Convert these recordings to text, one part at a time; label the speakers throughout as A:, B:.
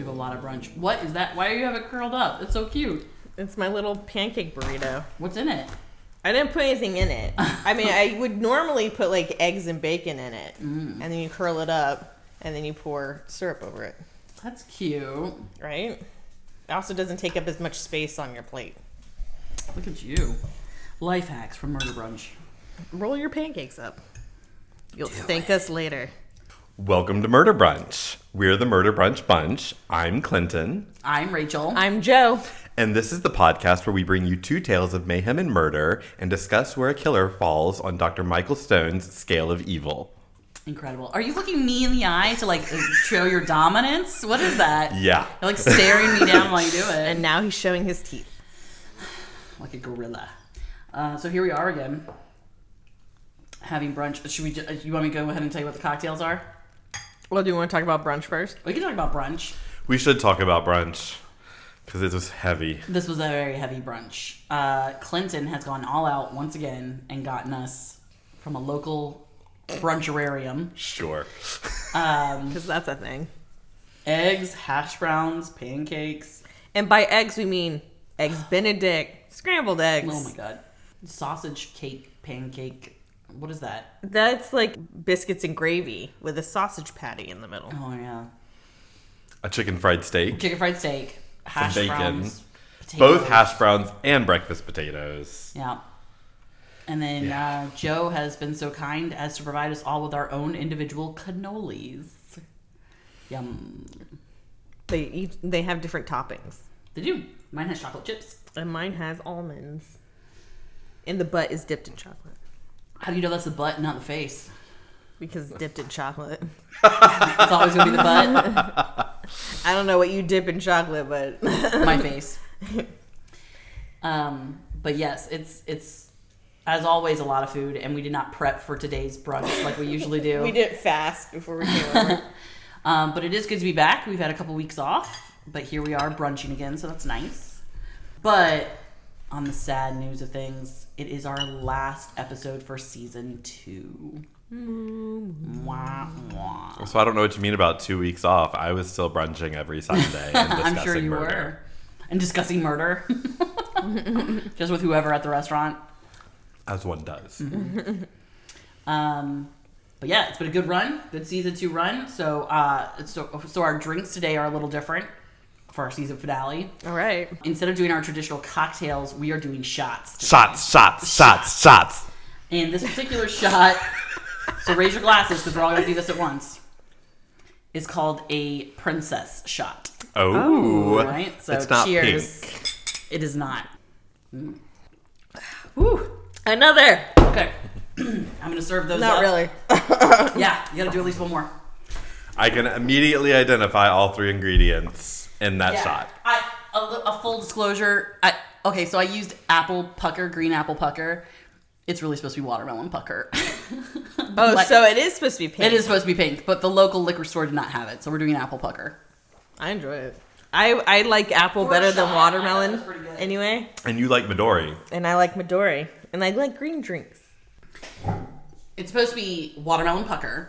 A: sandwich. What is that? Why do you have it curled up? It's so cute.
B: It's my little pancake burrito.
A: What's in it?
B: I didn't put anything in it. I mean, I would normally put like eggs and bacon in it, and then you curl it up, and then you pour syrup over it.
A: That's cute.
B: Right? It also doesn't take up as much space on your plate.
A: Look at you. Life hacks from Murder Brunch.
B: Roll your pancakes up. You'll thank us later.
C: Welcome to Murder Brunch. We're the Murder Brunch Bunch. I'm Clinton,
A: I'm Rachel.
B: I'm Joe.
C: and this is the podcast where we bring you two tales of mayhem and murder and discuss where a killer falls on Dr. Michael Stone's scale of evil.
A: Incredible. Are you looking me in the eye to like show your dominance? What is that?
C: Yeah.
A: You're like staring me down while you do it.
B: And now he's showing his teeth.
A: like a gorilla. Uh, so here we are again, having brunch. Should we? ju- uh, You want me to go ahead and tell you what the cocktails are?
B: Well, do you want to talk about brunch first?
A: We can talk about brunch.
C: We should talk about brunch because it was heavy.
A: This was a very heavy brunch. Uh, Clinton has gone all out once again and gotten us from a local bruncherarium
C: Sure.
B: Because Mm. that's a thing.
A: eggs, hash browns, pancakes.
B: And by eggs, we mean eggs Benedict, scrambled eggs.
A: Oh my god, sausage cake, pancake. What is that?
B: That's like biscuits and gravy with a sausage patty in the middle.
A: Oh yeah,
C: A chicken fried steak,
A: chicken fried steak, hash
C: bacon.
A: browns, potatoes.
C: both hash browns, and breakfast potatoes.
A: Yeah. And then uh, Joe has been so kind as to provide us all with our own individual cannolis. Yum.
B: They each, they have different toppings.
A: Did you? Mine has chocolate chips.
B: And mine has almonds. And the butt is dipped in chocolate.
A: How do you know that's the butt, and not the face?
B: Because it's dipped in chocolate.
A: It's always gonna be the butt,
B: I don't know what you dip in chocolate, but
A: my face. Um, but yes, it's it's as always a lot of food, and we did not prep for today's brunch like we usually do.
B: we did fast before we came over.
A: Um, but it is good to be back. We've had a couple weeks off, but here we are brunching again, so that's nice. But on the sad news of things, it is our last episode for season two.
B: Mm-hmm.
A: Wah, wah.
C: So I don't know what you mean about two weeks off. I was still brunching every Sunday. And
A: Uh, I'm sure
C: discussing
A: you
C: murder.
A: were. And discussing murder. Just with whoever at the restaurant.
C: As one does.
A: Mm-hmm. Um, but yeah, it's been a good run, good season two run. So, uh, so, so our drinks today are a little different for our season finale.
B: All right.
A: Instead of doing our traditional cocktails, we are doing shots. today.
C: Shots, shots, shots, shots.
A: And this particular shot, so raise your glasses because we're all gonna do this at once, is called a princess shot.
C: Oh,
A: All right? So
C: It's not
A: cheers.
C: pink.
A: It is not.
B: Whew. Another.
A: Okay. I'm gonna serve those.
B: Not
A: up.
B: really.
A: Yeah, you gotta do at least one more.
C: I can immediately identify all three ingredients in that
A: Yeah.
C: shot.
A: I a, li- a full disclosure. I okay, so I used apple pucker, green apple pucker. It's really supposed to be watermelon pucker.
B: Oh,
A: Like-
B: so it is supposed to be pink.
A: it is supposed to be pink, but the local liquor store did not have it, so we're doing apple pucker.
B: I enjoy it. I, I like apple better than
A: shot.
B: watermelon
A: That's pretty good.
B: anyway.
C: And you like Midori.
B: And I like Midori. And I like green drinks.
A: It's supposed to be watermelon pucker,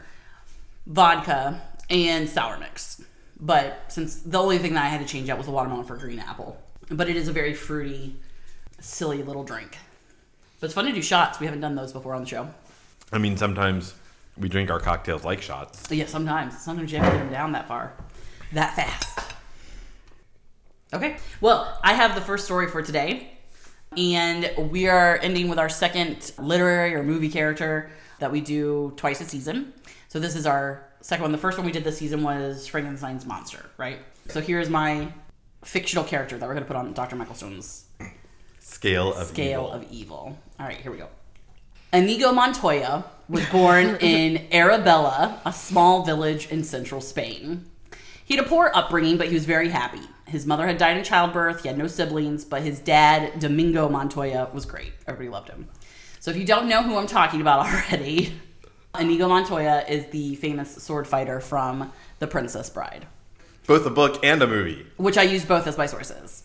A: vodka, and sour mix. But since the only thing that I had to change out was the watermelon for green apple. But it is a very fruity, silly little drink. But it's fun to do shots. We haven't done those before on the show.
C: I mean, sometimes we drink our cocktails like shots.
A: But yeah, sometimes. Sometimes you have to get them down that far, that fast. Okay. Well, I have the first story for today. And we are ending with our second literary or movie character that we do twice a season. So this is our second one. The first one we did this season was Frankenstein's Monster, right? So here is my fictional character that we're going to put on Dr. Michael Stone's
C: Scale of
A: scale
C: evil.
A: of evil. All right, here we go. Inigo Montoya was born in Arabella, a small village in central Spain. He had a poor upbringing, but he was very happy. His mother had died in childbirth, he had no siblings, but his dad, Domingo Montoya, was great. Everybody loved him. So if you don't know who I'm talking about already, Inigo Montoya is the famous sword fighter from The Princess Bride
C: Both a book and a movie.
A: which I use both as my sources.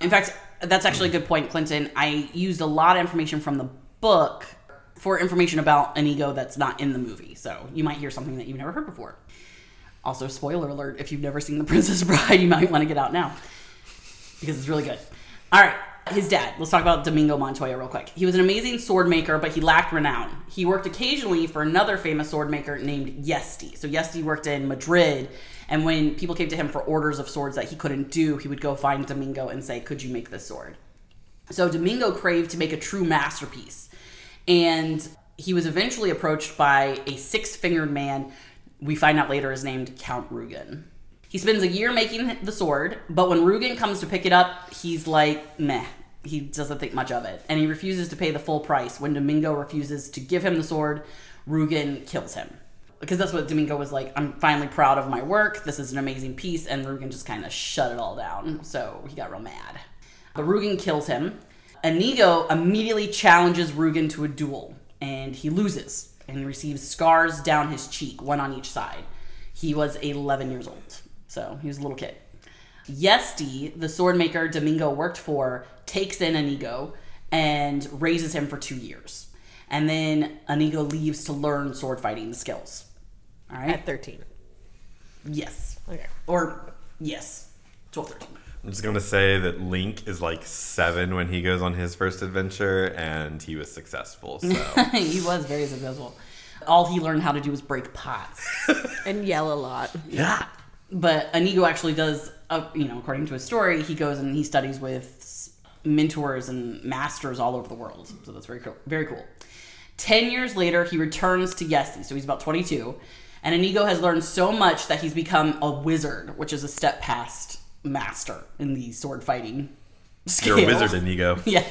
A: In fact, that's actually a good point, Clinton. I used a lot of information from the book for information about an ego that's not in the movie. So you might hear something that you've never heard before. Also, spoiler alert if you've never seen The Princess Bride, you might want to get out now because it's really good. All right, his dad. Let's talk about Domingo Montoya real quick. He was an amazing sword maker, but he lacked renown. He worked occasionally for another famous sword maker named Yesti. So Yesti worked in Madrid, and when people came to him for orders of swords that he couldn't do, he would go find Domingo and say, "Could you make this sword?" So Domingo craved to make a true masterpiece. And he was eventually approached by a six fingered man, we find out later is named Count Rugen. He spends a year making the sword, but when Rugen comes to pick it up, he's like, meh. He doesn't think much of it. And he refuses to pay the full price. When Domingo refuses to give him the sword, Rugen kills him. Because that's what Domingo was like, I'm finally proud of my work. This is an amazing piece. And Rugen just kind of shut it all down. So he got real mad. But Rugen kills him. Inigo immediately challenges Rugen to a duel, and he loses and receives scars down his cheek, one on each side. He was 11 years old, so he was a little kid. Yesti, the sword maker Domingo worked for, takes in Inigo and raises him for two years. And then Inigo leaves to learn sword fighting skills. All right?
B: At 13.
A: Yes.
B: Mm. Okay.
A: Or, yes. 12, 13.
C: I'm just gonna say that Link is like seven when he goes on his first adventure, and he was successful. So
A: he was very successful. All he learned how to do was break pots.
B: And yell a lot.
A: Yeah. But Anigo actually does, uh, you know, according to his story, he goes and he studies with s- mentors and masters all over the world. So that's very cool. Very cool. Ten years later, he returns to Yesti, so he's about 22, and Anigo has learned so much that he's become a wizard, which is a step past master in the sword fighting.
C: you're a
A: scale.
C: wizard, Inigo.
A: Yeah.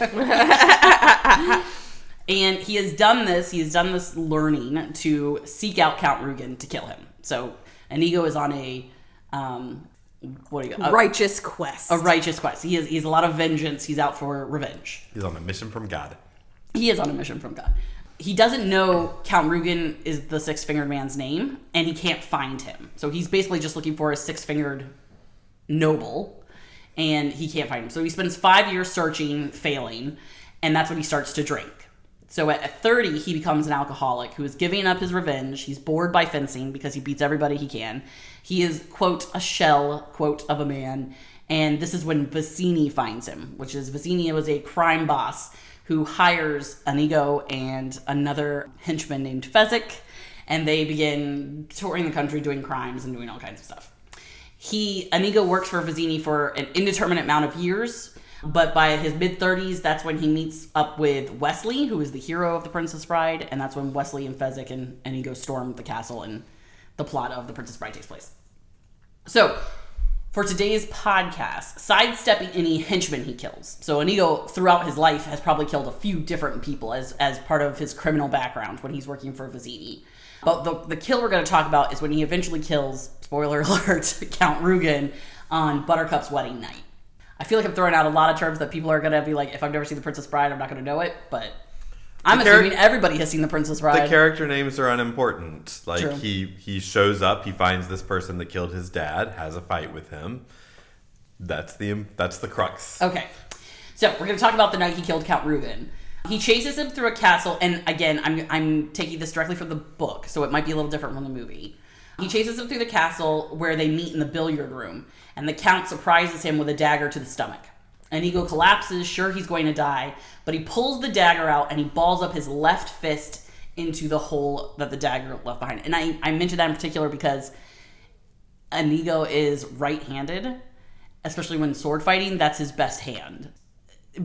A: and he has done this, he has done this learning to seek out Count Rugen to kill him. So Inigo is on a um what do you a,
B: Righteous quest.
A: a righteous quest. He is he's a lot of vengeance, he's out for revenge.
C: He's on a mission from God.
A: He is on a mission from God. He doesn't know Count Rugen is the six fingered man's name, and he can't find him. So he's basically just looking for a six fingered noble, and he can't find him. So he spends five years searching, failing, and that's when he starts to drink. So at 30, he becomes an alcoholic who is giving up his revenge. He's bored by fencing because he beats everybody he can. He is, quote, a shell, quote, of a man. And this is when Vicini finds him, which is Vicini was a crime boss who hires Anigo and another henchman named Fezzik, and they begin touring the country doing crimes and doing all kinds of stuff. He Anigo works for Vizzini for an indeterminate amount of years, but by his mid 30s, that's when he meets up with Wesley, who is the hero of The Princess Bride, and that's when Wesley and Fezzik and Anigo storm the castle and the plot of The Princess Bride takes place. So, for today's podcast, sidestepping any henchman he kills. So Inigo, throughout his life, has probably killed a few different people as as part of his criminal background when he's working for Vizzini. But the, the kill we're going to talk about is when he eventually kills, spoiler alert, Count Rugen on Buttercup's wedding night. I feel like I'm throwing out a lot of terms that people are going to be like, if I've never seen The Princess Bride, I'm not going to know it. But I'm
C: charac-
A: assuming everybody has seen The Princess Bride.
C: The character names are unimportant. Like
A: True.
C: he he shows up, he finds this person that killed his dad, has a fight with him. That's the that's the crux.
A: Okay. So we're going to talk about the night he killed Count Reuben. He chases him through a castle, and again, I'm, I'm taking this directly from the book, so it might be a little different from the movie. He chases him through the castle where they meet in the billiard room, and the Count surprises him with a dagger to the stomach. Inigo collapses, sure he's going to die, but he pulls the dagger out and he balls up his left fist into the hole that the dagger left behind. And I, I mentioned that in particular because Inigo is right handed, especially when sword fighting, that's his best hand.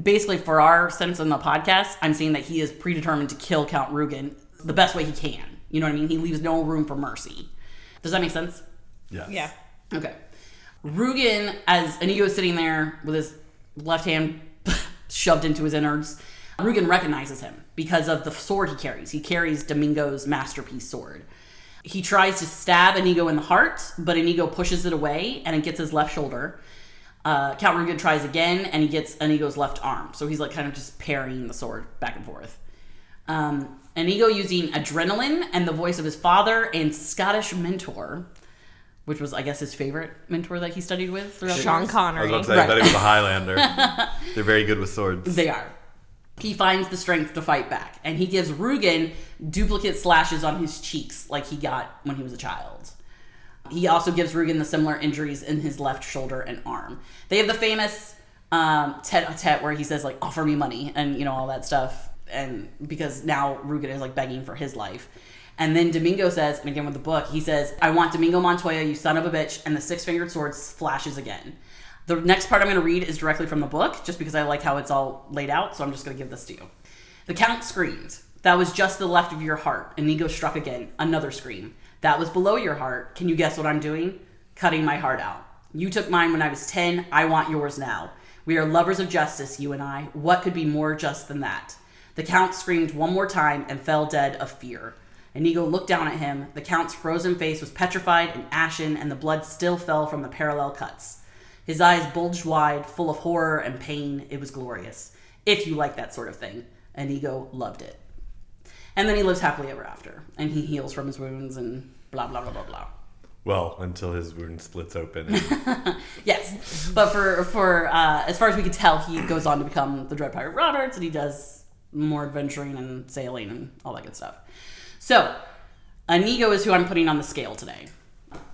A: Basically, for our sense in the podcast, I'm saying that he is predetermined to kill Count Rugen the best way he can. You know what I mean? He leaves no room for mercy. Does that make sense?
C: Yes.
B: Yeah.
A: Okay. Rugen, as Inigo is sitting there with his left hand shoved into his innards, Rugen recognizes him because of the sword he carries. He carries Domingo's masterpiece sword. He tries to stab Inigo in the heart, but Inigo pushes it away and it gets his left shoulder. Uh, Count Rugen tries again and he gets Inigo's left arm. So he's like kind of just parrying the sword back and forth. Um, Inigo using adrenaline and the voice of his father and Scottish mentor, which was, I guess, his favorite mentor that he studied with throughout the
B: Sean
A: years.
C: I was
B: Connery.
C: about to say I thought he was a Highlander. They're very good with swords.
A: They are. He finds the strength to fight back, and he gives Rugen duplicate slashes on his cheeks like he got when he was a child. He also gives Rugen the similar injuries in his left shoulder and arm. They have the famous um, tete-a-tete where he says like, "Offer me money," and you know all that stuff. And because now Rugen is like begging for his life. And then Domingo says, and again with the book, he says, "I want Domingo Montoya, you son of a bitch!" And the six-fingered sword flashes again. The next part I'm going to read is directly from the book, just because I like how it's all laid out. So I'm just going to give this to you. The count screamed. That was just the left of your heart. Inigo struck again. Another scream. That was below your heart. Can you guess what I'm doing? Cutting my heart out. You took mine when I was 10. I want yours now. We are lovers of justice, you and I. What could be more just than that? The count screamed one more time and fell dead of fear. Inigo looked down at him. The count's frozen face was petrified and ashen, and the blood still fell from the parallel cuts. His eyes bulged wide, full of horror and pain. It was glorious. If you like that sort of thing. And Ego loved it. And then he lives happily ever after. And he heals from his wounds and blah, blah, blah, blah, blah.
C: Well, until his wound splits open.
A: Yes. But for, for uh, as far as we can tell, he goes on to become the Dread Pirate Roberts and he does more adventuring and sailing and all that good stuff. So, Inigo is who I'm putting on the scale today.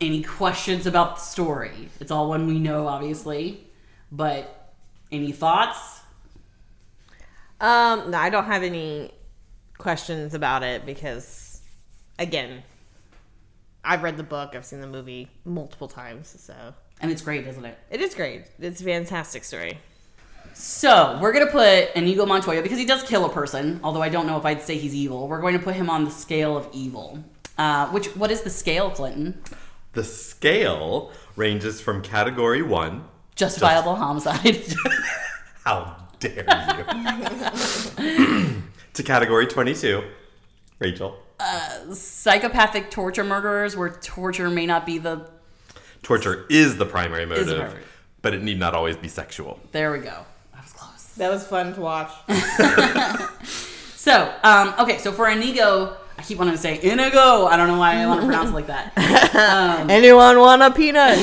A: Any questions about the story? It's all one we know, obviously. But any thoughts?
B: Um, no, I don't have any questions about it because, again, I've read the book, I've seen the movie multiple times, so
A: And it's great, isn't it?
B: it is great. It's a fantastic story.
A: So we're gonna put Inigo Montoya because he does kill a person, although I don't know if I'd say he's evil. We're going to put him on the scale of evil. Uh, which what is the scale, Clinton?
C: the scale ranges from category one.
A: Justifiable homicide.
C: How dare you? to category 22. Rachel.
A: Psychopathic torture murderers, where torture may not be the.
C: Torture is the primary motive,
A: primary.
C: but it need not always be sexual.
A: There we go. I was close.
B: That was fun to watch.
A: So, um, okay, so for Inigo, I keep wanting to say Inigo. I don't know why I want to pronounce it like that.
B: Anyone want a peanut?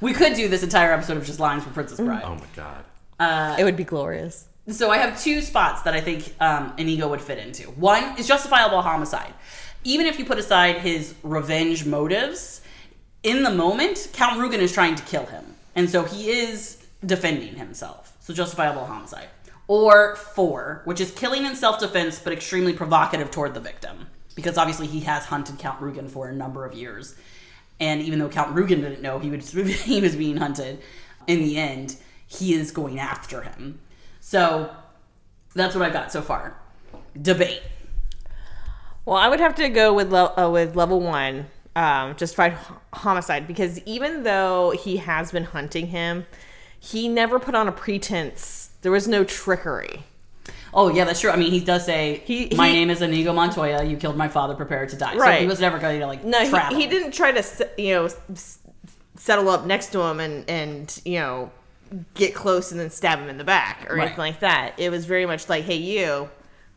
A: We could do this entire episode of just lines from Princess Bride.
C: Oh my god.
B: it would be glorious.
A: So I have two spots that I think um, Inigo would fit into. One is justifiable homicide. Even if you put aside his revenge motives, in the moment, Count Rugen is trying to kill him. And so he is defending himself. So justifiable homicide. Or four, which is killing in self defense but extremely provocative toward the victim. Because obviously he has hunted Count Rugen for a number of years. And even though Count Rugen didn't know he was, he was being hunted, in the end, he is going after him. So that's what I've got so far. Debate.
B: Well, I would have to go with le- uh, with level one, um, just fight h- homicide because even though he has been hunting him, he never put on a pretense. There was no trickery.
A: Oh yeah, that's true. I mean, he does say,
B: He-
A: "My
B: he-
A: name is Inigo Montoya. You killed my father. Prepare to die." So
B: Right.
A: he was never going to like
B: No,
A: travel.
B: he, he didn't try to s- you know s- settle up next to him and and you know get close and then stab him in the back or
A: Right.
B: anything like that. It was very much like, hey, you,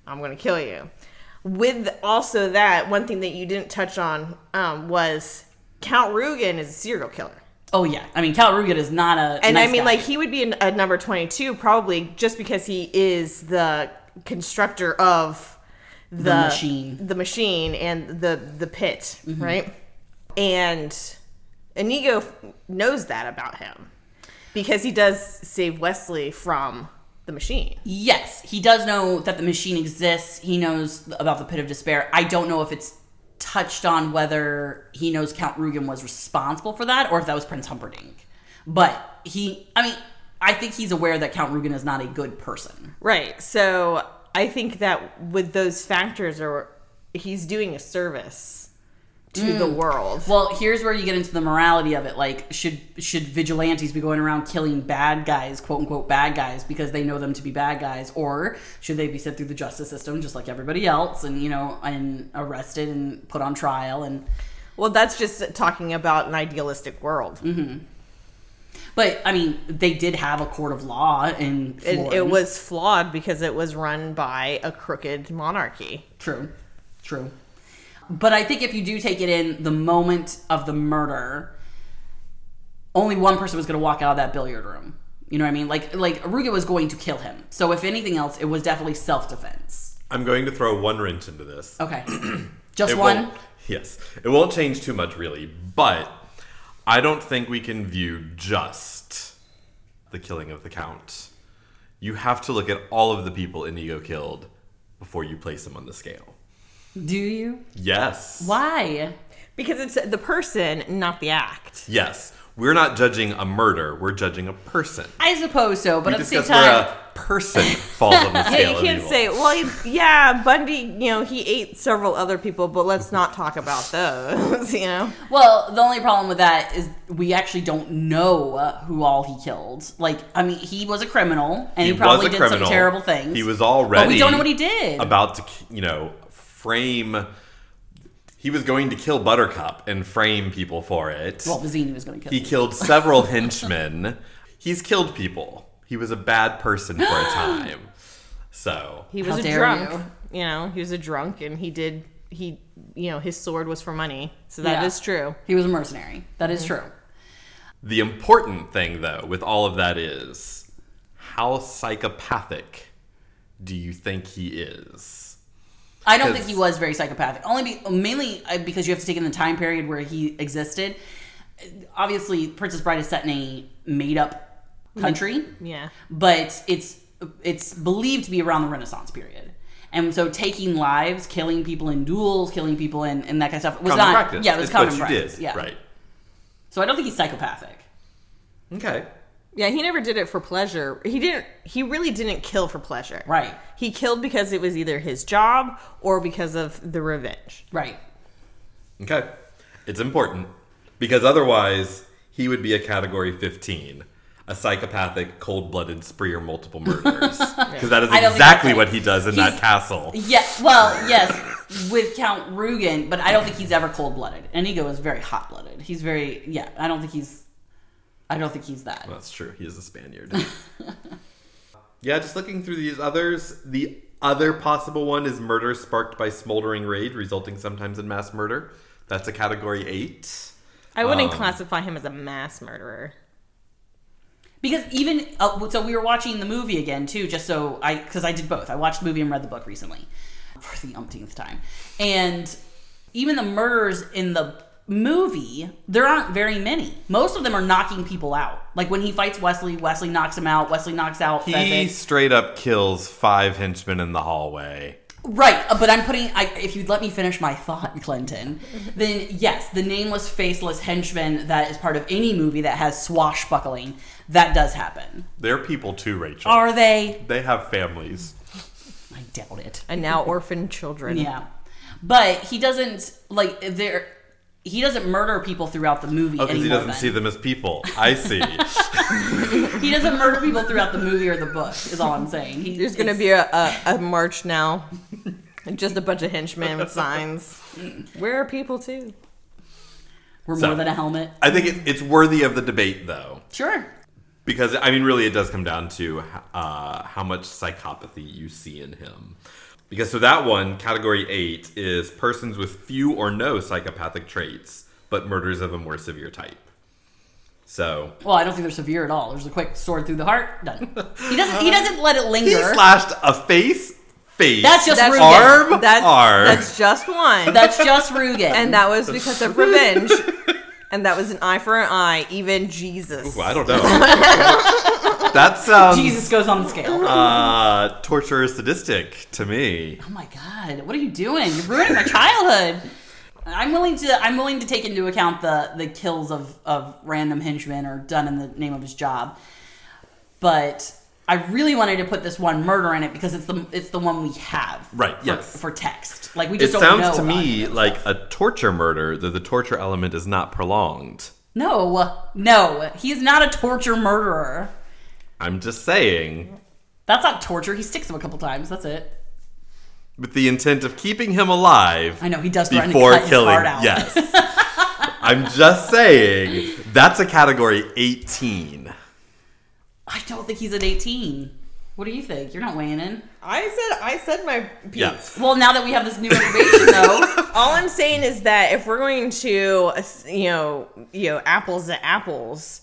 B: I'm gonna kill you. With also that one thing that you didn't touch on um, was Count Rugen is a serial killer.
A: Oh yeah, I mean, Cal Rugen is not a.
B: And
A: nice
B: I mean,
A: guy.
B: like he would be an- a number twenty-two probably, just because he is the constructor of the,
A: machine. Mm-hmm.
B: the machine, and the the pit, right? And Inigo f- knows that about him because he does save Wesley from the machine.
A: yes, he does know that the machine exists. He knows about the pit of despair. I don't know if it's touched on whether he knows Count Rugen was responsible for that or if that was Prince Humperdinck. But he, I mean, I think he's aware that Count Rugen is not a good person.
B: Right. So I think that with those factors, or he's doing a service to the
A: Mm.
B: world.
A: Well, here's where you get into the morality of it. Like, should should vigilantes be going around killing bad guys, quote unquote bad guys, because they know them to be bad guys, or should they be sent through the justice system just like everybody else, and you know, and arrested and put on trial? And
B: Well, that's just talking about an idealistic world.
A: but I mean, they did have a court of law in
B: And
A: Florida.
B: it was flawed because it was run by a crooked monarchy.
A: True. True. But I think if you do take it in the moment of the murder, only one person was going to walk out of that billiard room. You know what I mean? Like like Aruga was going to kill him. So if anything else, it was definitely self defense.
C: I'm going to throw one wrench into this.
A: Okay. Just
C: It
A: one.
C: won't- Yes. It won't change too much, really, but I don't think we can view just the killing of the Count. You have to look at all of the people Inigo killed before you place them on the scale.
A: Do you?
C: Yes.
A: Why?
B: Because it's the person, not the act.
C: Yes. We're not judging a murder, we're judging a person.
A: I suppose so, but
C: We
A: at the same
C: discuss
A: time,
C: where a person falls on the scale.
B: Yeah, you
C: of
B: can't
C: evil.
B: say, well, he- yeah, Bundy, you know, he ate several other people, but let's not talk about those, you know?
A: Well, the only problem with that is we actually don't know uh, who all he killed. Like, I mean, he was a criminal, and he,
C: was
A: probably
C: a
A: did
C: criminal.
A: some terrible things.
C: He was already.
A: but we don't know what he did.
C: About to, you know, frame. He was going to kill Buttercup and frame people for it.
A: well, Vizini was going to kill.
C: he
A: him.
C: killed several henchmen. He's killed people. He was a bad person for a time. So
B: He was
A: How
B: a
A: dare
B: drunk. You. know, he was a drunk and he did, he, you know, his sword was for money. So that is
A: Yeah.
B: true.
A: He was a mercenary. That is true.
C: the important thing, though, with all of that is how psychopathic do you think he is?
A: I don't
C: 'Cause-
A: think he was very psychopathic. Only be, mainly uh, because you have to take in the time period where he existed. Obviously, Princess Bride is set in a made-up country.
B: Yeah.
A: but it's it's believed to be around the Renaissance period. And so taking lives, killing people in duels, killing people in, and that kind of stuff was
C: common
A: not
C: practice.
A: yeah, it was
C: It's
A: common
C: what you
A: practice.
C: did.
A: Yeah.
C: Right.
A: So I don't think he's psychopathic.
C: Okay.
B: Yeah, he never did it for pleasure. He didn't, he really didn't kill for pleasure.
A: Right.
B: He killed because it was either his job or because of the revenge.
A: Right.
C: Okay. It's important because otherwise he would be a category 15, a psychopathic, cold blooded spree or multiple murders. Because that is
A: I don't think
C: exactly
A: that's
C: what he does in that
A: He's-
C: castle.
A: Yeah. Well, yes, with Count Rugen, but I don't think he's ever cold blooded. Enigo is very hot blooded. He's very yeah. I don't think he's. I don't think he's that.
C: That's true. He is a Spaniard. yeah, just looking through these others, the other possible one is murder sparked by smoldering rage, resulting sometimes in mass murder. That's a category 8.
B: I wouldn't
C: Um,
B: classify him as a mass murderer.
A: Because even uh, so, we were watching the movie again too, just so I because I did both. I watched the movie and read the book recently for the umpteenth time, and even the murders in the movie there aren't very many. Most of them are knocking people out. Like when he fights Wesley, Wesley knocks him out. Wesley knocks out.
C: He
A: Fezzik.
C: straight up kills five henchmen in the hallway.
A: Right, uh, but I'm putting. I, if you'd let me finish my thought, Clinton, then yes, the nameless, faceless henchman that is part of any movie that has swashbuckling that does happen.
C: They're people too, Rachel.
A: Are they?
C: They have families.
A: I doubt it.
B: And now orphan children.
A: Yeah, but he doesn't like there. He doesn't murder people throughout the movie
C: Oh, because
A: anymore.
C: he doesn't
A: then.
C: see them as people. I see.
A: He doesn't murder people throughout the movie or the book. Is all I'm saying. He,
B: There's gonna
A: it's-
B: be a, a, a march now. Just a bunch of henchmen with signs. Where are people too?
A: we're
C: So-
A: more than a helmet.
C: I think it, it's worthy of the debate, though,
A: Sure.
C: because I mean, really, it does come down to uh, how much psychopathy you see in him. Because so that one, category eight, is persons with few or no psychopathic traits, but murders of a more severe type. So
A: Well, I don't think they're severe at all. There's a quick sword through the heart. Done. He doesn't. He doesn't let it
C: he
A: linger.
C: slashed a face, face.
A: That's just
B: That's-
A: Rugen.
C: arm,
B: That's
C: arm.
B: that's just one.
A: That's just Rugen.
B: and that was because of revenge. And that was an eye for an eye. Even Jesus.
C: Ooh, I don't know. that sounds
A: Jesus goes on the scale.
C: uh, torture is sadistic to me.
A: Oh my god, what are you doing? You're ruining my childhood. I'm willing to I'm willing to take into account the the kills of of random henchmen or done in the name of his job. But I really wanted to put this one murder in it because it's the it's the one we have.
C: Right,
A: For,
C: yes.
A: for text. Like we
C: It
A: just don't know.
C: sounds to
A: about
C: me
A: it.
C: like a torture murder, though the torture element is not prolonged.
A: No. No. He's not a torture murderer.
C: I'm just saying,
A: That's not torture. He sticks him a couple times. That's it.
C: with the intent of keeping him alive
A: I know he does threaten
C: before
A: to cut
C: killing.
A: his heart out.
C: Yes. I'm just saying, that's a category 18.
A: I don't think he's at 18. What do you think? You're not weighing in.
B: I said I said my piece.
C: Yes.
A: Well, now that we have this new information, though,
B: All I'm saying is that if we're going to, uh, you know, you know, apples to apples,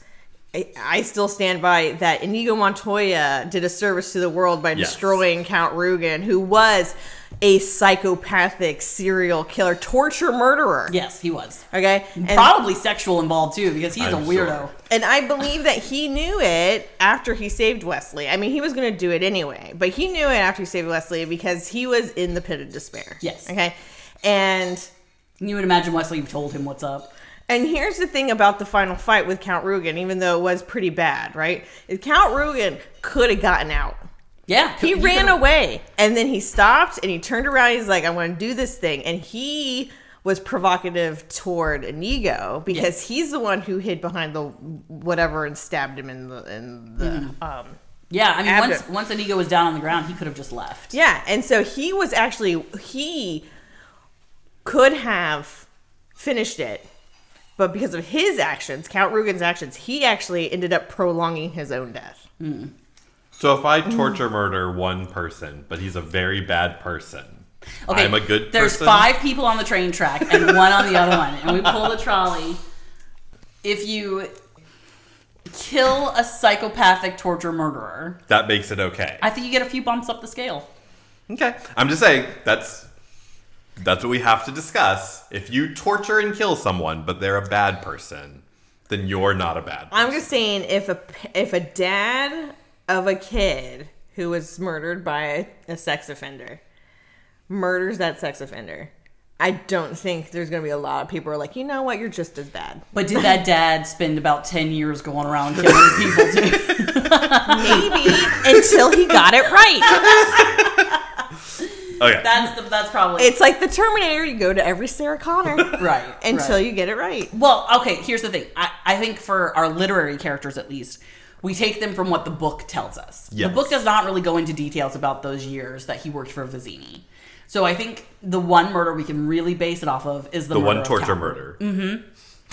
B: I, I still stand by that. Inigo Montoya did a service to the world by
C: Yes.
B: destroying Count Rugen, who was a psychopathic serial killer, torture murderer.
A: Yes, he was.
B: Okay. And,
A: Probably sexual involved too, because he's a
C: I'm
A: weirdo.
C: sure.
B: and I believe that he knew it after he saved Wesley. I mean, he was going to do it anyway, but he knew it after he saved Wesley because he was in the pit of despair.
A: Yes.
B: Okay. And
A: And you would imagine Wesley told him what's up.
B: And here's the thing about the final fight with Count Rugen, even though it was pretty bad, right? Is Count Rugen could have gotten out.
A: Yeah,
B: He ran
A: could've-
B: away and then he stopped and he turned around. He's like, I'm going to do this thing. And he was provocative toward Inigo because he's the one who hid behind the whatever and stabbed him in the, in the um,
A: Yeah, I mean,
B: Abdul.
A: once once Inigo was down on the ground, he could have just left.
B: Yeah, and so he was actually he could have finished it, but because of his actions, Count Rugen's actions, he actually ended up prolonging his own death.
C: So if I torture murder one person, but he's a very bad person, I'm a good
A: There's
C: person.
A: five people on the train track and one on the other one, and we pull the trolley. If you kill a psychopathic torture murderer,
C: That makes it okay.
A: I think you get a few bumps up the scale.
C: okay. I'm just saying that's that's what we have to discuss. If you torture and kill someone, but they're a bad person, then you're not a bad. Person.
B: I'm just saying, if a p- if a dad of a kid who was murdered by a sex offender murders that sex offender, I don't think there's going to be a lot of people who are like, you know what, you're just as bad.
A: But did that dad spend about ten years going around killing people too?
B: Maybe until he got it right.
C: okay.
A: That's the, that's probably
B: It's like the Terminator. You go to every Sarah Connor
A: right
B: until
A: right.
B: you get it right.
A: Well, okay, here's the thing. I, I think for our literary characters at least, we take them from what the book tells us.
C: Yes.
A: The book does not really go into details about those years that he worked for Vizzini. So I think the one murder we can really base it off of is the,
C: The
A: murder
C: one
A: of
C: torture
A: Count-
C: murder.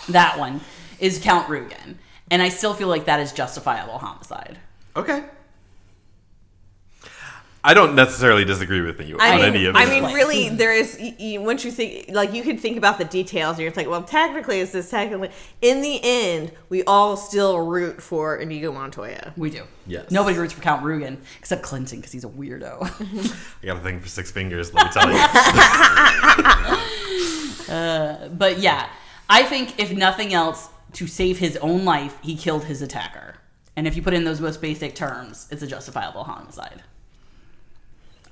A: That one is Count Rugen. And I still feel like that is justifiable homicide.
C: Okay. I don't necessarily disagree with you
B: I
C: on
B: mean,
C: any of
B: I
C: this.
B: mean,
A: Right.
B: really, there is. y- y- once you think, like, you could think about the details, and you're like, well, technically, it's this technically. In the end, we all still root for Inigo Montoya.
A: We do.
C: Yes.
A: Nobody roots for Count Rugen except Clinton because he's a weirdo.
C: I got a thing for six fingers. Let me tell you.
A: but yeah, I think if nothing else, to save his own life, he killed his attacker. And if you put in those most basic terms, it's a justifiable homicide.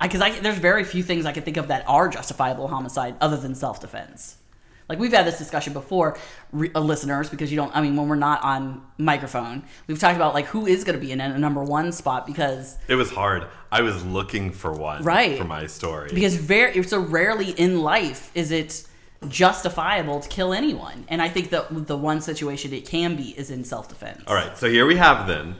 A: Because I, there's very few things I can think of that are justifiable homicide other than self defense. Like we've had this discussion before, re- uh, listeners, because you don't. I mean, when we're not on microphone, we've talked about like who is going to be in a number one spot because
C: it was hard. I was looking for one
A: Right.
C: for my story.
A: because very so rarely in life is it justifiable to kill anyone and i think that the one situation it can be is in self-defense
C: All right, so here we have then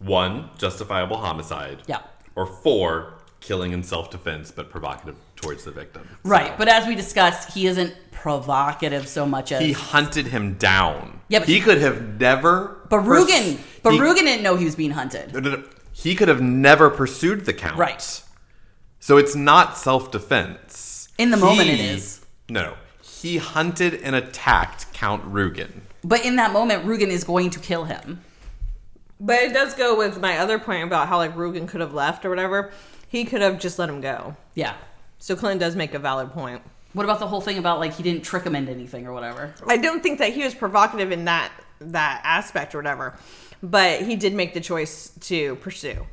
C: one justifiable homicide.
A: Yeah.
C: Or four killing in self-defense but provocative towards the victim.
A: right but as we discussed he isn't provocative so much as
C: He hunted him down.
A: Yeah, but
C: he,
A: he-
C: could have never.
A: but rugen
C: pers-
A: but
C: he-
A: rugen didn't know he was being hunted
C: no, no, no. He could have never pursued the count.
A: Right.
C: So it's not self-defense.
A: In the moment it
C: He-
A: is.
C: No, he hunted and attacked Count Rugen.
A: but in that moment rugen is going to kill him
B: But it does go with my other point about how like Rugen could have left or whatever. He could have just let him go.
A: yeah
B: So Clint does make a valid point.
A: what about the whole thing about like he didn't trick him into anything or whatever
B: I don't think that he was provocative in that that aspect or whatever, but he did make the choice to pursue.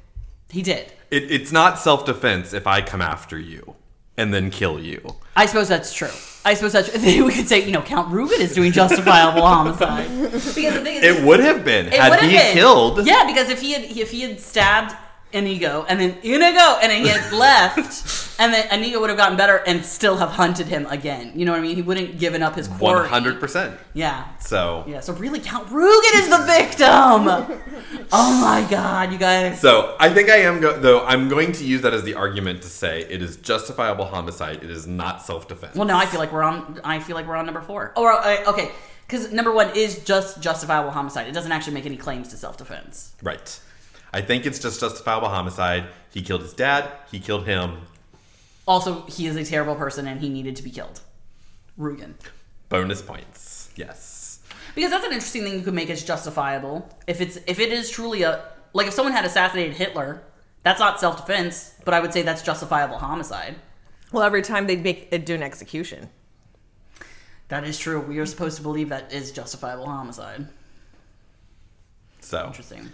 A: he did
C: It, it's not self-defense if I come after you and then kill you.
A: I suppose that's true. I suppose that's true. we could say, you know, Count Rugen is doing justifiable homicide. Because the thing is,
C: It would have been
A: It
C: had
A: would've
C: he
A: been.
C: killed.
A: Yeah, because if he had if he had stabbed Inigo and then Inigo and then he had left, and then Inigo would have gotten better and still have hunted him again. You know what I mean? He wouldn't given up his quarry.
C: One hundred percent.
A: Yeah.
C: So,
A: Yeah. So really, Count Rugen is the victim. oh my God, you guys.
C: so I think I am go- though. I'm going to use that as the argument to say it is justifiable homicide. It is not self-defense.
A: Well, now I feel like we're on. I feel like we're on number four. Or uh, okay, because number one is just justifiable homicide. It doesn't actually make any claims to self defense.
C: Right. I think it's just justifiable homicide. He killed his dad. He killed him.
A: Also, he is a terrible person and he needed to be killed. Rugen.
C: Bonus points. Yes.
A: Because that's an interesting thing you could make as justifiable. If it's if it is truly a like if someone had assassinated Hitler, that's not self defense, but I would say that's justifiable homicide.
B: Well, every time they'd make it do an execution.
A: That is true. We are supposed to believe that is justifiable homicide.
C: So,
A: Interesting.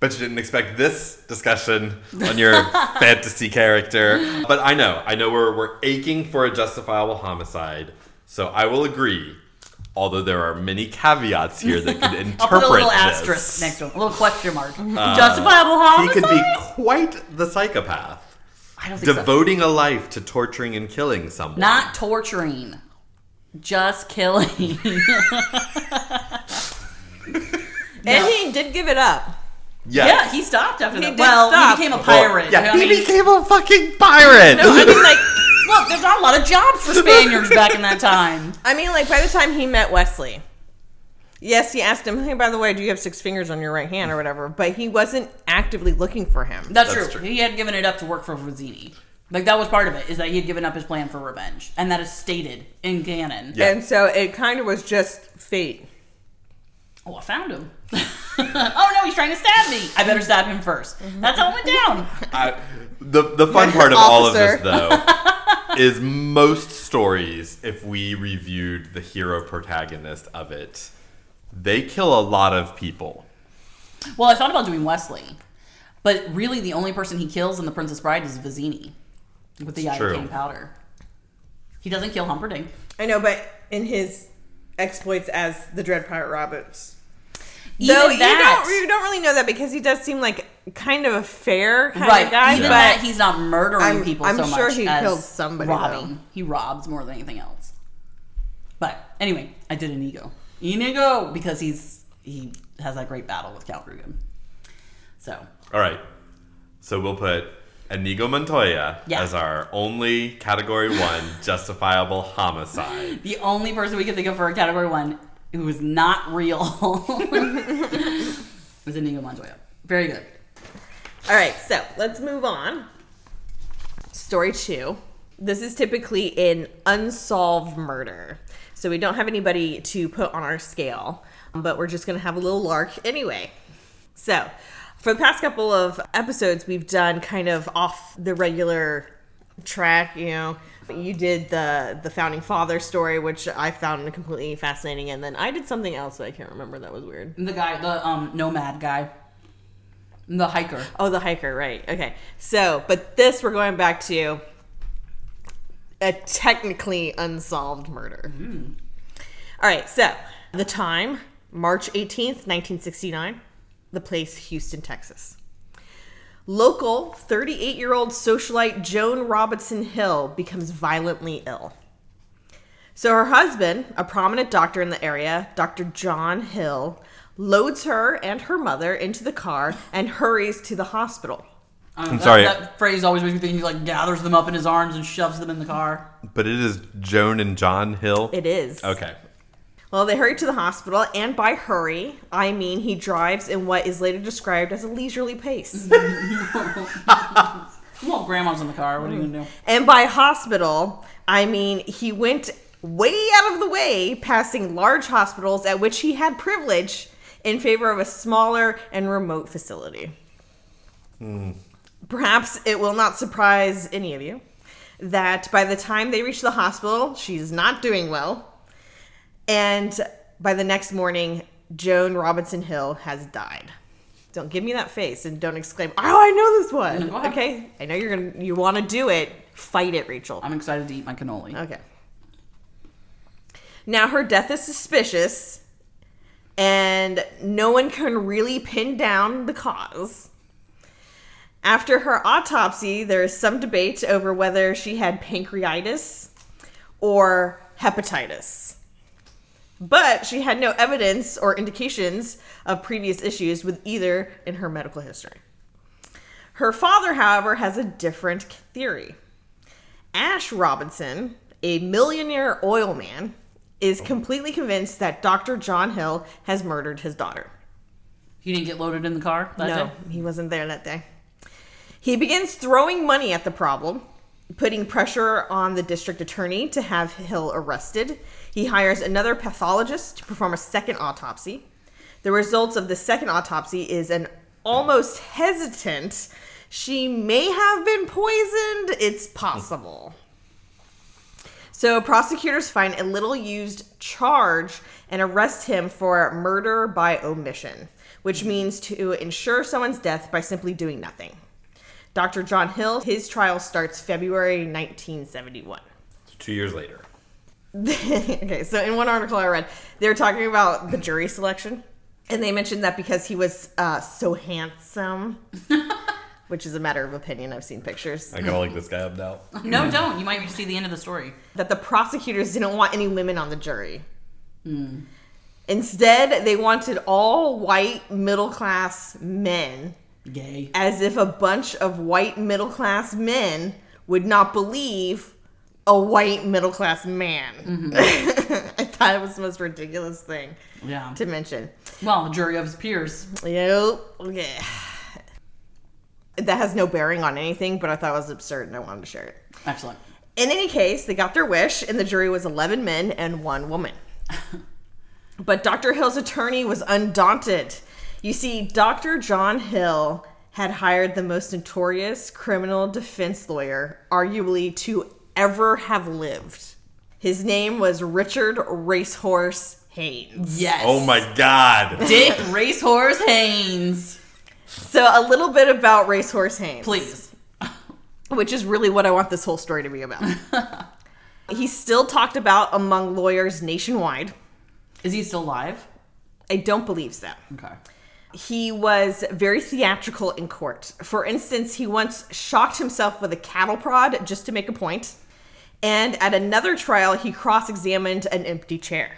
C: but you didn't expect this discussion on your fantasy character. But I know, I know we're, we're aching for a justifiable homicide. So I will agree. Although there are many caveats here that could interpret
A: I'll put a little
C: this. Uh,
A: asterisk next to him. A little question mark. Justifiable
C: He
A: homicide?
C: could be quite the psychopath,
A: I don't think so.
C: devoting a life to torturing and killing someone.
A: Not torturing. Just killing.
B: And he did give it up.
A: yeah, he stopped after
B: He
A: that.
B: did
A: Well,
B: stop.
A: he became a
C: Well,
A: pirate.
C: yeah,
A: I
C: he
A: mean,
C: became a fucking pirate.
B: No, I mean like
A: look, there's not a lot of jobs for Spaniards back in that time.
B: I mean like by the time he met Wesley. Yes, he asked him, "Hey, by the way, do you have six fingers on your right hand or whatever?" But he wasn't actively looking for him.
A: That's,
C: That's
A: true.
C: true.
A: He had given it up to work for Rossini. Like that was part of it, is that he had given up his plan for revenge, and that is stated in canon.
C: Yeah.
B: And so it kind of was just fate.
A: Oh, I found him. oh no, he's trying to stab me. I better stab him 1st
B: Mm-hmm.
A: That's how it went down.
C: I, the the fun part of all of this
B: Officer.
C: though is most stories if we reviewed the hero protagonist of it they kill a lot of people
A: Well, I thought about doing Wesley, but really the only person he kills in The Princess Bride is Vizzini with the
C: It's true.
A: iodine powder. He doesn't kill Humperdinck.
B: I know, but in his exploits as the Dread Pirate Roberts.
A: Even
B: Though
A: that,
B: you don't you don't really know that because he does seem like kind of a fair kind
A: right?
B: of guy,
A: even
B: but
A: that, he's not murdering
B: I'm-
A: people
B: I'm
A: so
B: sure
A: much
B: he
A: as
B: killed somebody,
A: robbing. He robs more than anything else. But anyway, I did Inigo. Inigo because he's he has that great battle with Calgrigan. So
C: all right so we'll put Enigo Montoya
A: Yeah.
C: as our only category 1 justifiable homicide
A: The only person we could think of for a category one who is not real is Inigo Montoya. Very good.
B: All right, so let's move on. Story two. This is typically an unsolved murder. So we don't have anybody to put on our scale, but we're just going to have a little lark anyway. So, for the past couple of episodes, we've done kind of off the regular track, you know. You did the the founding father story, which I found completely fascinating, and then I did something else that I can't remember that was weird.
A: The guy, the um, nomad guy, the hiker.
B: Oh, the hiker, right. Okay. So, but this we're going back to a technically unsolved murder. All right. So, the time, March 18th, 1969, the place, Houston, Texas. Local 38 year old socialite Joan Robinson Hill becomes violently ill. So her husband, a prominent doctor in the area, Dr. John Hill, loads her and her mother into the car and hurries to the hospital.
A: I'm
C: sorry.
A: Uh, That phrase always makes me think he like gathers them up in his arms and shoves them in the car.
C: but it is Joan and John Hill
B: It is.
C: okay
B: Well, they hurry to the hospital, and by hurry, I mean he drives in what is later described as a leisurely pace.
A: Well, grandma's in the car. What are you gonna do?
B: and by hospital, I mean he went way out of the way, passing large hospitals at which he had privilege in favor of a smaller and remote facility. Perhaps it will not surprise any of you that by the time they reach the hospital, she's not doing well. And by the next morning, Joan Robinson Hill has died. Don't give me that face and don't exclaim, "Oh, I know this one."
A: go ahead.
B: Okay, I know you're gonna you want to do it. Fight it, Rachel.
A: I'm excited to eat my cannoli.
B: Okay. Now her death is suspicious, and no one can really pin down the cause. After her autopsy, there is some debate over whether she had pancreatitis or hepatitis. But she had no evidence or indications of previous issues with either in her medical history. Her father, however, has a different theory. Ash Robinson, a millionaire oil man, is completely convinced that Dr. John Hill has murdered his daughter.
A: He didn't get loaded in the car. That
B: No,
A: Day?
B: he wasn't there that day. He begins throwing money at the problem, putting pressure on the district attorney to have Hill arrested. He hires another pathologist to perform a second autopsy. The results of the second autopsy is an almost hesitant, she may have been poisoned, it's possible. So prosecutors find a little used charge and arrest him for murder by omission, which means to ensure someone's death by simply doing nothing. Dr. John Hill, his trial starts February 1971.
C: Two years later.
B: okay, so in one article I read, they were talking about the jury selection, and they mentioned that because he was uh, so handsome, which is a matter of opinion. I've seen pictures.
C: I gotta like this guy up now.
A: No, don't. You might see the end of the story.
B: That the prosecutors didn't want any women on the jury. Instead, they wanted all white middle class men,
A: Gay.
B: as if a bunch of white middle class men would not believe a white middle class man. I thought it was the most ridiculous thing
A: Yeah.
B: to mention.
A: Well, a jury of his peers.
B: Yep. Okay. That has no bearing on anything, but I thought it was absurd and I wanted to share it.
A: Excellent.
B: In any case, they got their wish, and the jury was 11 men and one woman. but Dr. Hill's attorney was undaunted. You see, Dr. John Hill had hired the most notorious criminal defense lawyer, arguably, to ever have lived. His name was Richard Racehorse Haynes.
A: Yes.
C: Oh my god.
A: Dick Racehorse Haynes.
B: So, a little bit about Racehorse Haynes.
A: Please.
B: which is really what I want this whole story to be about. He's still talked about among lawyers nationwide.
A: Is he still alive?
B: I don't believe so.
A: Okay.
B: He was very theatrical in court. For instance, he once shocked himself with a cattle prod just to make a point. And at another trial, he cross examined an empty chair.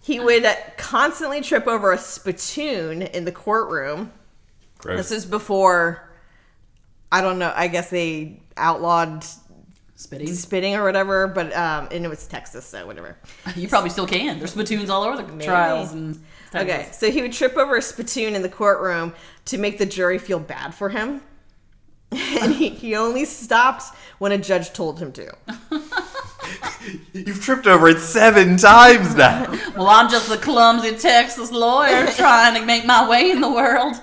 B: he would constantly trip over a spittoon in the courtroom.
C: Gross.
B: This is before, I don't know, I guess they outlawed
A: Spitting.
B: spitting or whatever, but um, and it was Texas, so whatever.
A: You probably still can. There's platoons all over the trials and
B: Okay,
A: Texas.
B: so he would trip over a spittoon in the courtroom to make the jury feel bad for him. and he, he only stopped when a judge told him to.
C: You've tripped over it seven times now.
A: Well, I'm just a clumsy Texas lawyer trying to make my way in the world.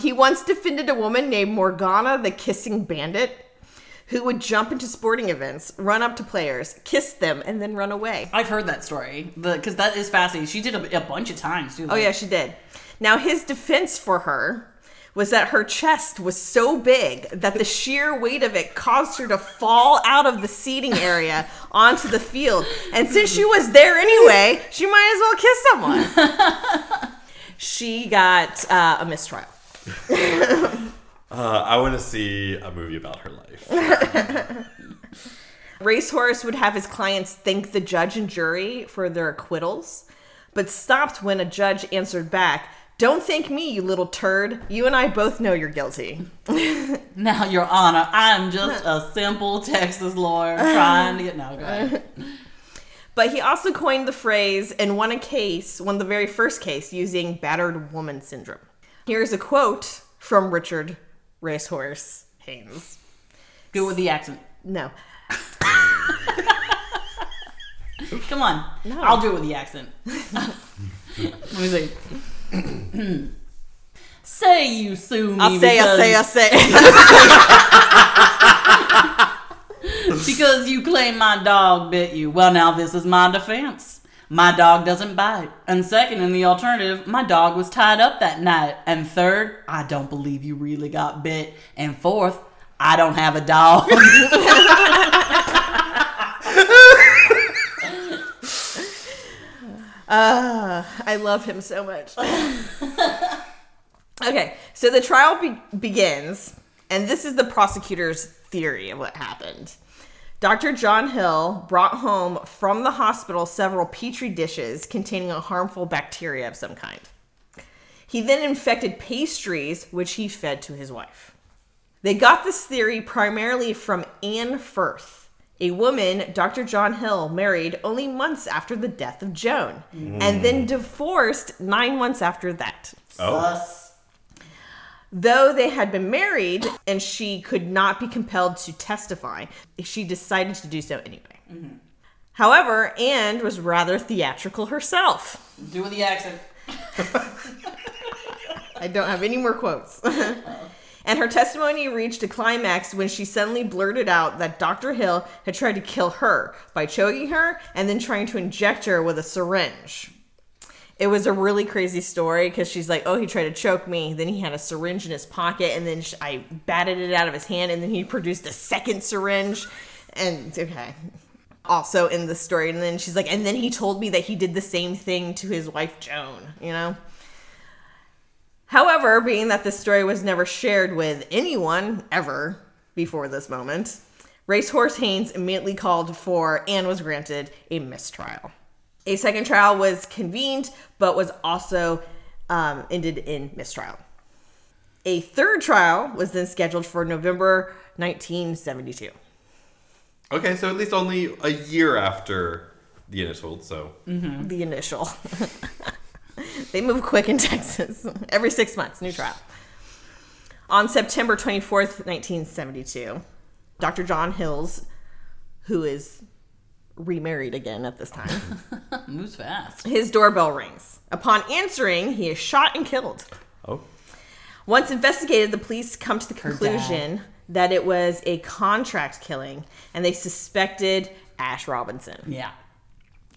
B: He once defended a woman named Morgana the Kissing Bandit who would jump into sporting events, run up to players, kiss them, and then run away.
A: I've heard that story because that is fascinating. She did a, a bunch of times too.
B: Oh yeah, she did. Now his defense for her was that her chest was so big that the sheer weight of it caused her to fall out of the seating area onto the field. And since she was there anyway, she might as well kiss someone. she got uh, a mistrial.
C: Uh, I want to see a movie about her life. Oh.
B: Racehorse would have his clients thank the judge and jury for their acquittals, but stopped when a judge answered back, Don't thank me, you little turd. You and I both know you're guilty.
A: Now, Your Honor, I'm just a simple Texas lawyer trying to get. No, go ahead.
B: But he also coined the phrase and won a case, won the very first case using battered woman syndrome. Here's a quote from Richard Racehorse Haynes.
A: Go with the accent.
B: No.
A: Come on. I'll do it with the accent. Let me see. say you sue me.
B: I'll say, I'll say, I'll
A: because-
B: say.
A: Because you claim my dog bit you. Well, now this is my defense. My dog doesn't bite. And second, in the alternative, my dog was tied up that night. And third, I don't believe you really got bit. And fourth, I don't have a dog.
B: I love him so much. okay, so the trial be- begins, and this is the prosecutor's theory of what happened. Dr. John Hill brought home from the hospital several petri dishes containing a harmful bacteria of some kind. He then infected pastries, which he fed to his wife. They got this theory primarily from Anne Firth, a woman Dr. John Hill married only months after the death of Joan, and then divorced nine months after that.
C: Oh.
A: Sus.
B: Though they had been married and she could not be compelled to testify, she decided to do so anyway. However, Anne was rather theatrical herself.
A: Do with the accent.
B: I don't have any more quotes. And her testimony reached a climax when she suddenly blurted out that Dr. Hill had tried to kill her by choking her and then trying to inject her with a syringe. It was a really crazy story because she's like, oh, he tried to choke me. Then he had a syringe in his pocket, and then sh I batted it out of his hand, and then he produced a second syringe. And okay. Also in the story. And then she's like, and then he told me that he did the same thing to his wife, Joan, you know? However, being that this story was never shared with anyone ever before this moment, Racehorse Haynes immediately called for and was granted a mistrial. A second trial was convened, but was also um, ended in mistrial. A third trial was then scheduled for November 1972.
C: Okay, so at least only a year after the initial, so
B: the initial. they move quick in Texas. Every six months, new trial. On September 24th, 1972, Dr. John Hills, who is remarried again at this time,
A: Moves fast.
B: his doorbell rings. Upon answering, he is shot and killed.
C: oh,
B: Once investigated, the police come to the conclusion that it was a contract killing and they suspected Ash Robinson.
A: Yeah.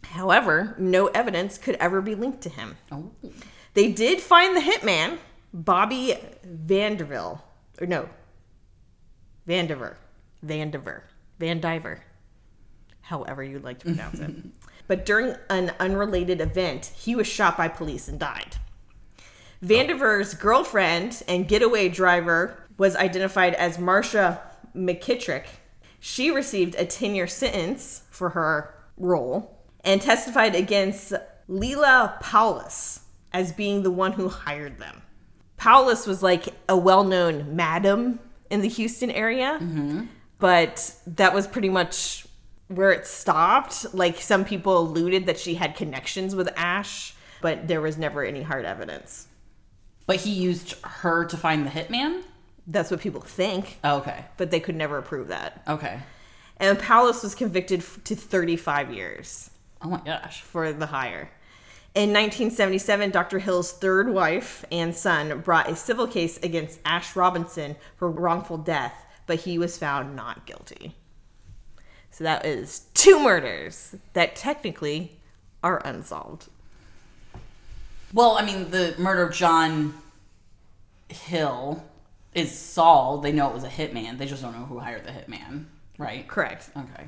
B: However, no evidence could ever be linked to him.
A: Oh.
B: They did find the hitman, Bobby Vanderville. Or no. Vandiver. Vandiver. Vandiver. However you'd like to pronounce it. But during an unrelated event, he was shot by police and died. Vandiver's girlfriend and getaway driver was identified as Marcia McKittrick. She received a 10 year sentence for her role and testified against Leela Paulus as being the one who hired them. Paulus was like a well known madam in the Houston area, but that was pretty much where it stopped. Like some people alluded that she had connections with Ash, but there was never any hard evidence.
A: But he used her to find the hitman? Oh,
B: That's what people think,
A: Okay.
B: but they could never prove that.
A: Okay.
B: And Paulus was convicted f- to 35 years
A: Oh my gosh.
B: for the hire. In 1977, Dr. Hill's third wife and son brought a civil case against Ash Robinson for wrongful death, but he was found not guilty. So that is two murders that technically are unsolved.
A: Well, I mean, the murder of John Hill is solved. They know it was a hitman. They just don't know who hired the hitman, right?
B: Correct.
A: Okay.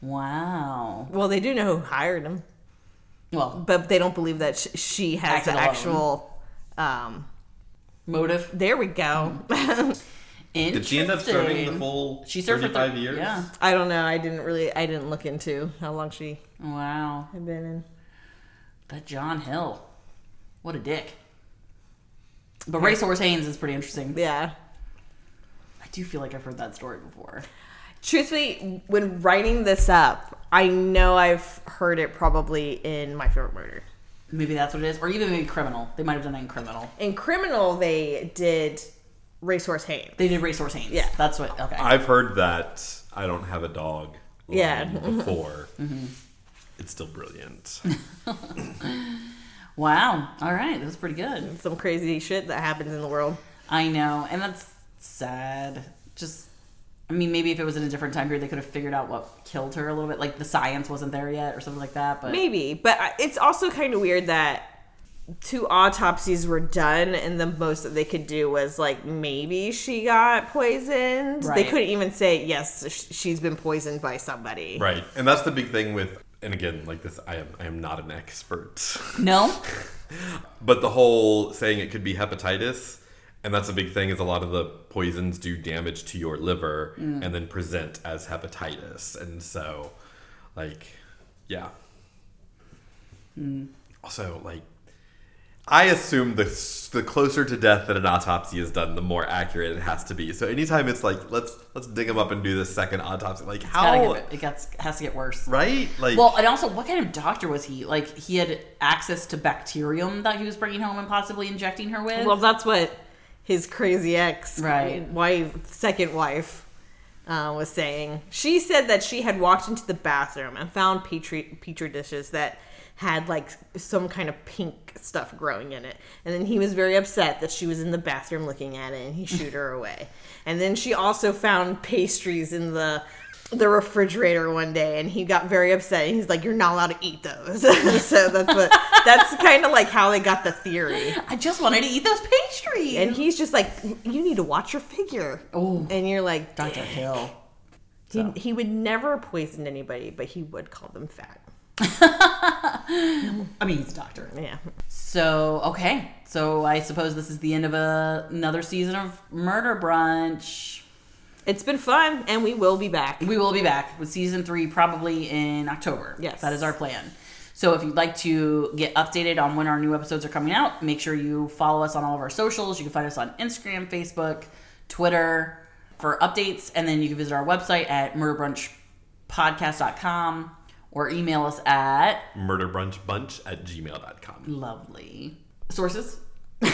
A: Wow.
B: Well, they do know who hired him.
A: Well,
B: but they don't believe that sh- she has
A: Acted
B: the
A: alone.
B: actual. Um,
A: motive.
B: there we go.
C: did she end up serving the full
A: She served for
C: 35
A: thir-
C: years?
A: Yeah.
B: I don't know. I didn't really. I didn't look into how long she
A: Wow.
B: had been in.
A: That John Hill. What a dick. But Racehorse Haynes is pretty interesting.
B: Yeah.
A: I do feel like I've heard that story before.
B: Truthfully, when writing this up, I know I've heard it probably in my favorite murder.
A: Maybe that's what it is. Or even maybe criminal. They might have done it in criminal.
B: In criminal, they did racehorse Haynes.
A: They did Racehorse Haynes.
B: Yeah.
A: That's what. Okay.
C: I've heard that I don't have a dog. line
B: Yeah.
C: before it's still brilliant.
A: Wow. All right. That was pretty good.
B: Some crazy shit that happens in the world.
A: I know, and that's sad. Just, I mean, maybe if it was in a different time period, they could have figured out what killed her a little bit. Like the science wasn't there yet, or something like that. But
B: Maybe, but I- it's also kind of weird that two autopsies were done, and the most that they could do was like maybe she got poisoned. They
A: Right.
B: couldn't even say yes, sh- she's been poisoned by somebody.
C: right. And that's the big thing with and again, like this I am I am not an expert.
A: no,
C: But the whole saying it could be hepatitis, and that's a big thing. Is a lot of the poisons do damage to your liver
A: Mm.
C: and then present as hepatitis, and so, like, yeah.
A: Mm.
C: Also, like, I assume the s- the closer to death that an autopsy is done, the more accurate it has to be. So anytime it's like let's let's dig them up and do the second autopsy, like
A: gotta
C: how
A: get, it gets has to get worse.
C: Oh. right? Like,
A: Well, and also, what kind of doctor was he? Like, he had access to bacterium that he was bringing home and possibly injecting her with.
B: Well, that's what his crazy ex
A: Right.
B: wife, second wife, uh, was saying. She said that she had walked into the bathroom and found petri petri dishes that had like some kind of pink stuff growing in it. And then he was very upset that she was in the bathroom looking at it and he shooed her away. And then she also found pastries in the the refrigerator one day and he got very upset and he's like you're not allowed to eat those so that's what that's kind of like how they got the theory
A: I just wanted to eat those pastries.
B: and he's just like you need to watch your figure
A: Oh.
B: and you're like
A: Dr. Hill.
B: he, he would never poison anybody but he would call them fat
A: I mean, he's a doctor.
B: yeah
A: So, okay. So, I suppose this is the end of a, another season of Murder Brunch.
B: it's been fun and we will be back
A: We will be back with season three probably in October.
B: Yes.
A: That is our plan. So if you'd like to get updated on when our new episodes are coming out, make sure you follow us on all of our socials. You can find us on Instagram, Facebook, Twitter for updates. And then you can visit our website at murderbrunchpodcast.com or email us at
C: murderbrunchbunch at gmail.com.
A: lovely sources.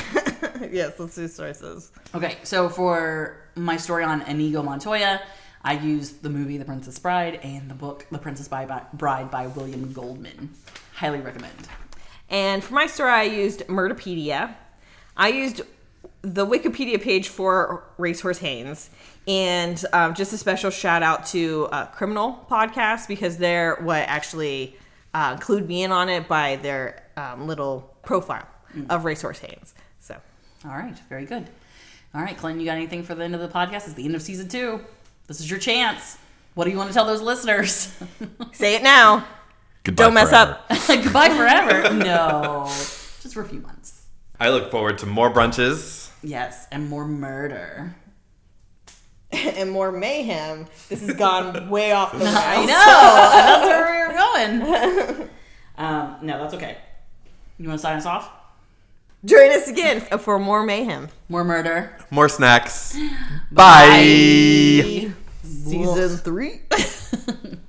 B: yes let's do sources
A: Okay, so for my story on Inigo Montoya, I used the movie The Princess Bride and the book The Princess Bi- Bi- Bride by William Goldman. Highly recommend.
B: and for my story i used murderpedia i used the wikipedia page for racehorse haynes and um, just a special shout out to uh, criminal podcast because they're what actually uh, clued me in on it by their um, little profile of racehorse haynes so
A: All right, very good. All right, Clint, you got anything for the end of the podcast? It's the end of season two. This is your chance. What do you want to tell those listeners?
B: say it now
C: Goodbye
B: Don't mess
C: forever.
B: up.
A: Goodbye forever. no, just for a few months.
C: I look forward to more brunches.
A: Yes, and more murder.
B: and more mayhem. This has gone way off the
A: I know.
B: rails.
A: that's where we were going. Um, no, that's okay. You want to sign us off?
B: Join us again for more mayhem.
A: More murder.
C: More snacks. Bye.
A: Season
B: three.
A: three.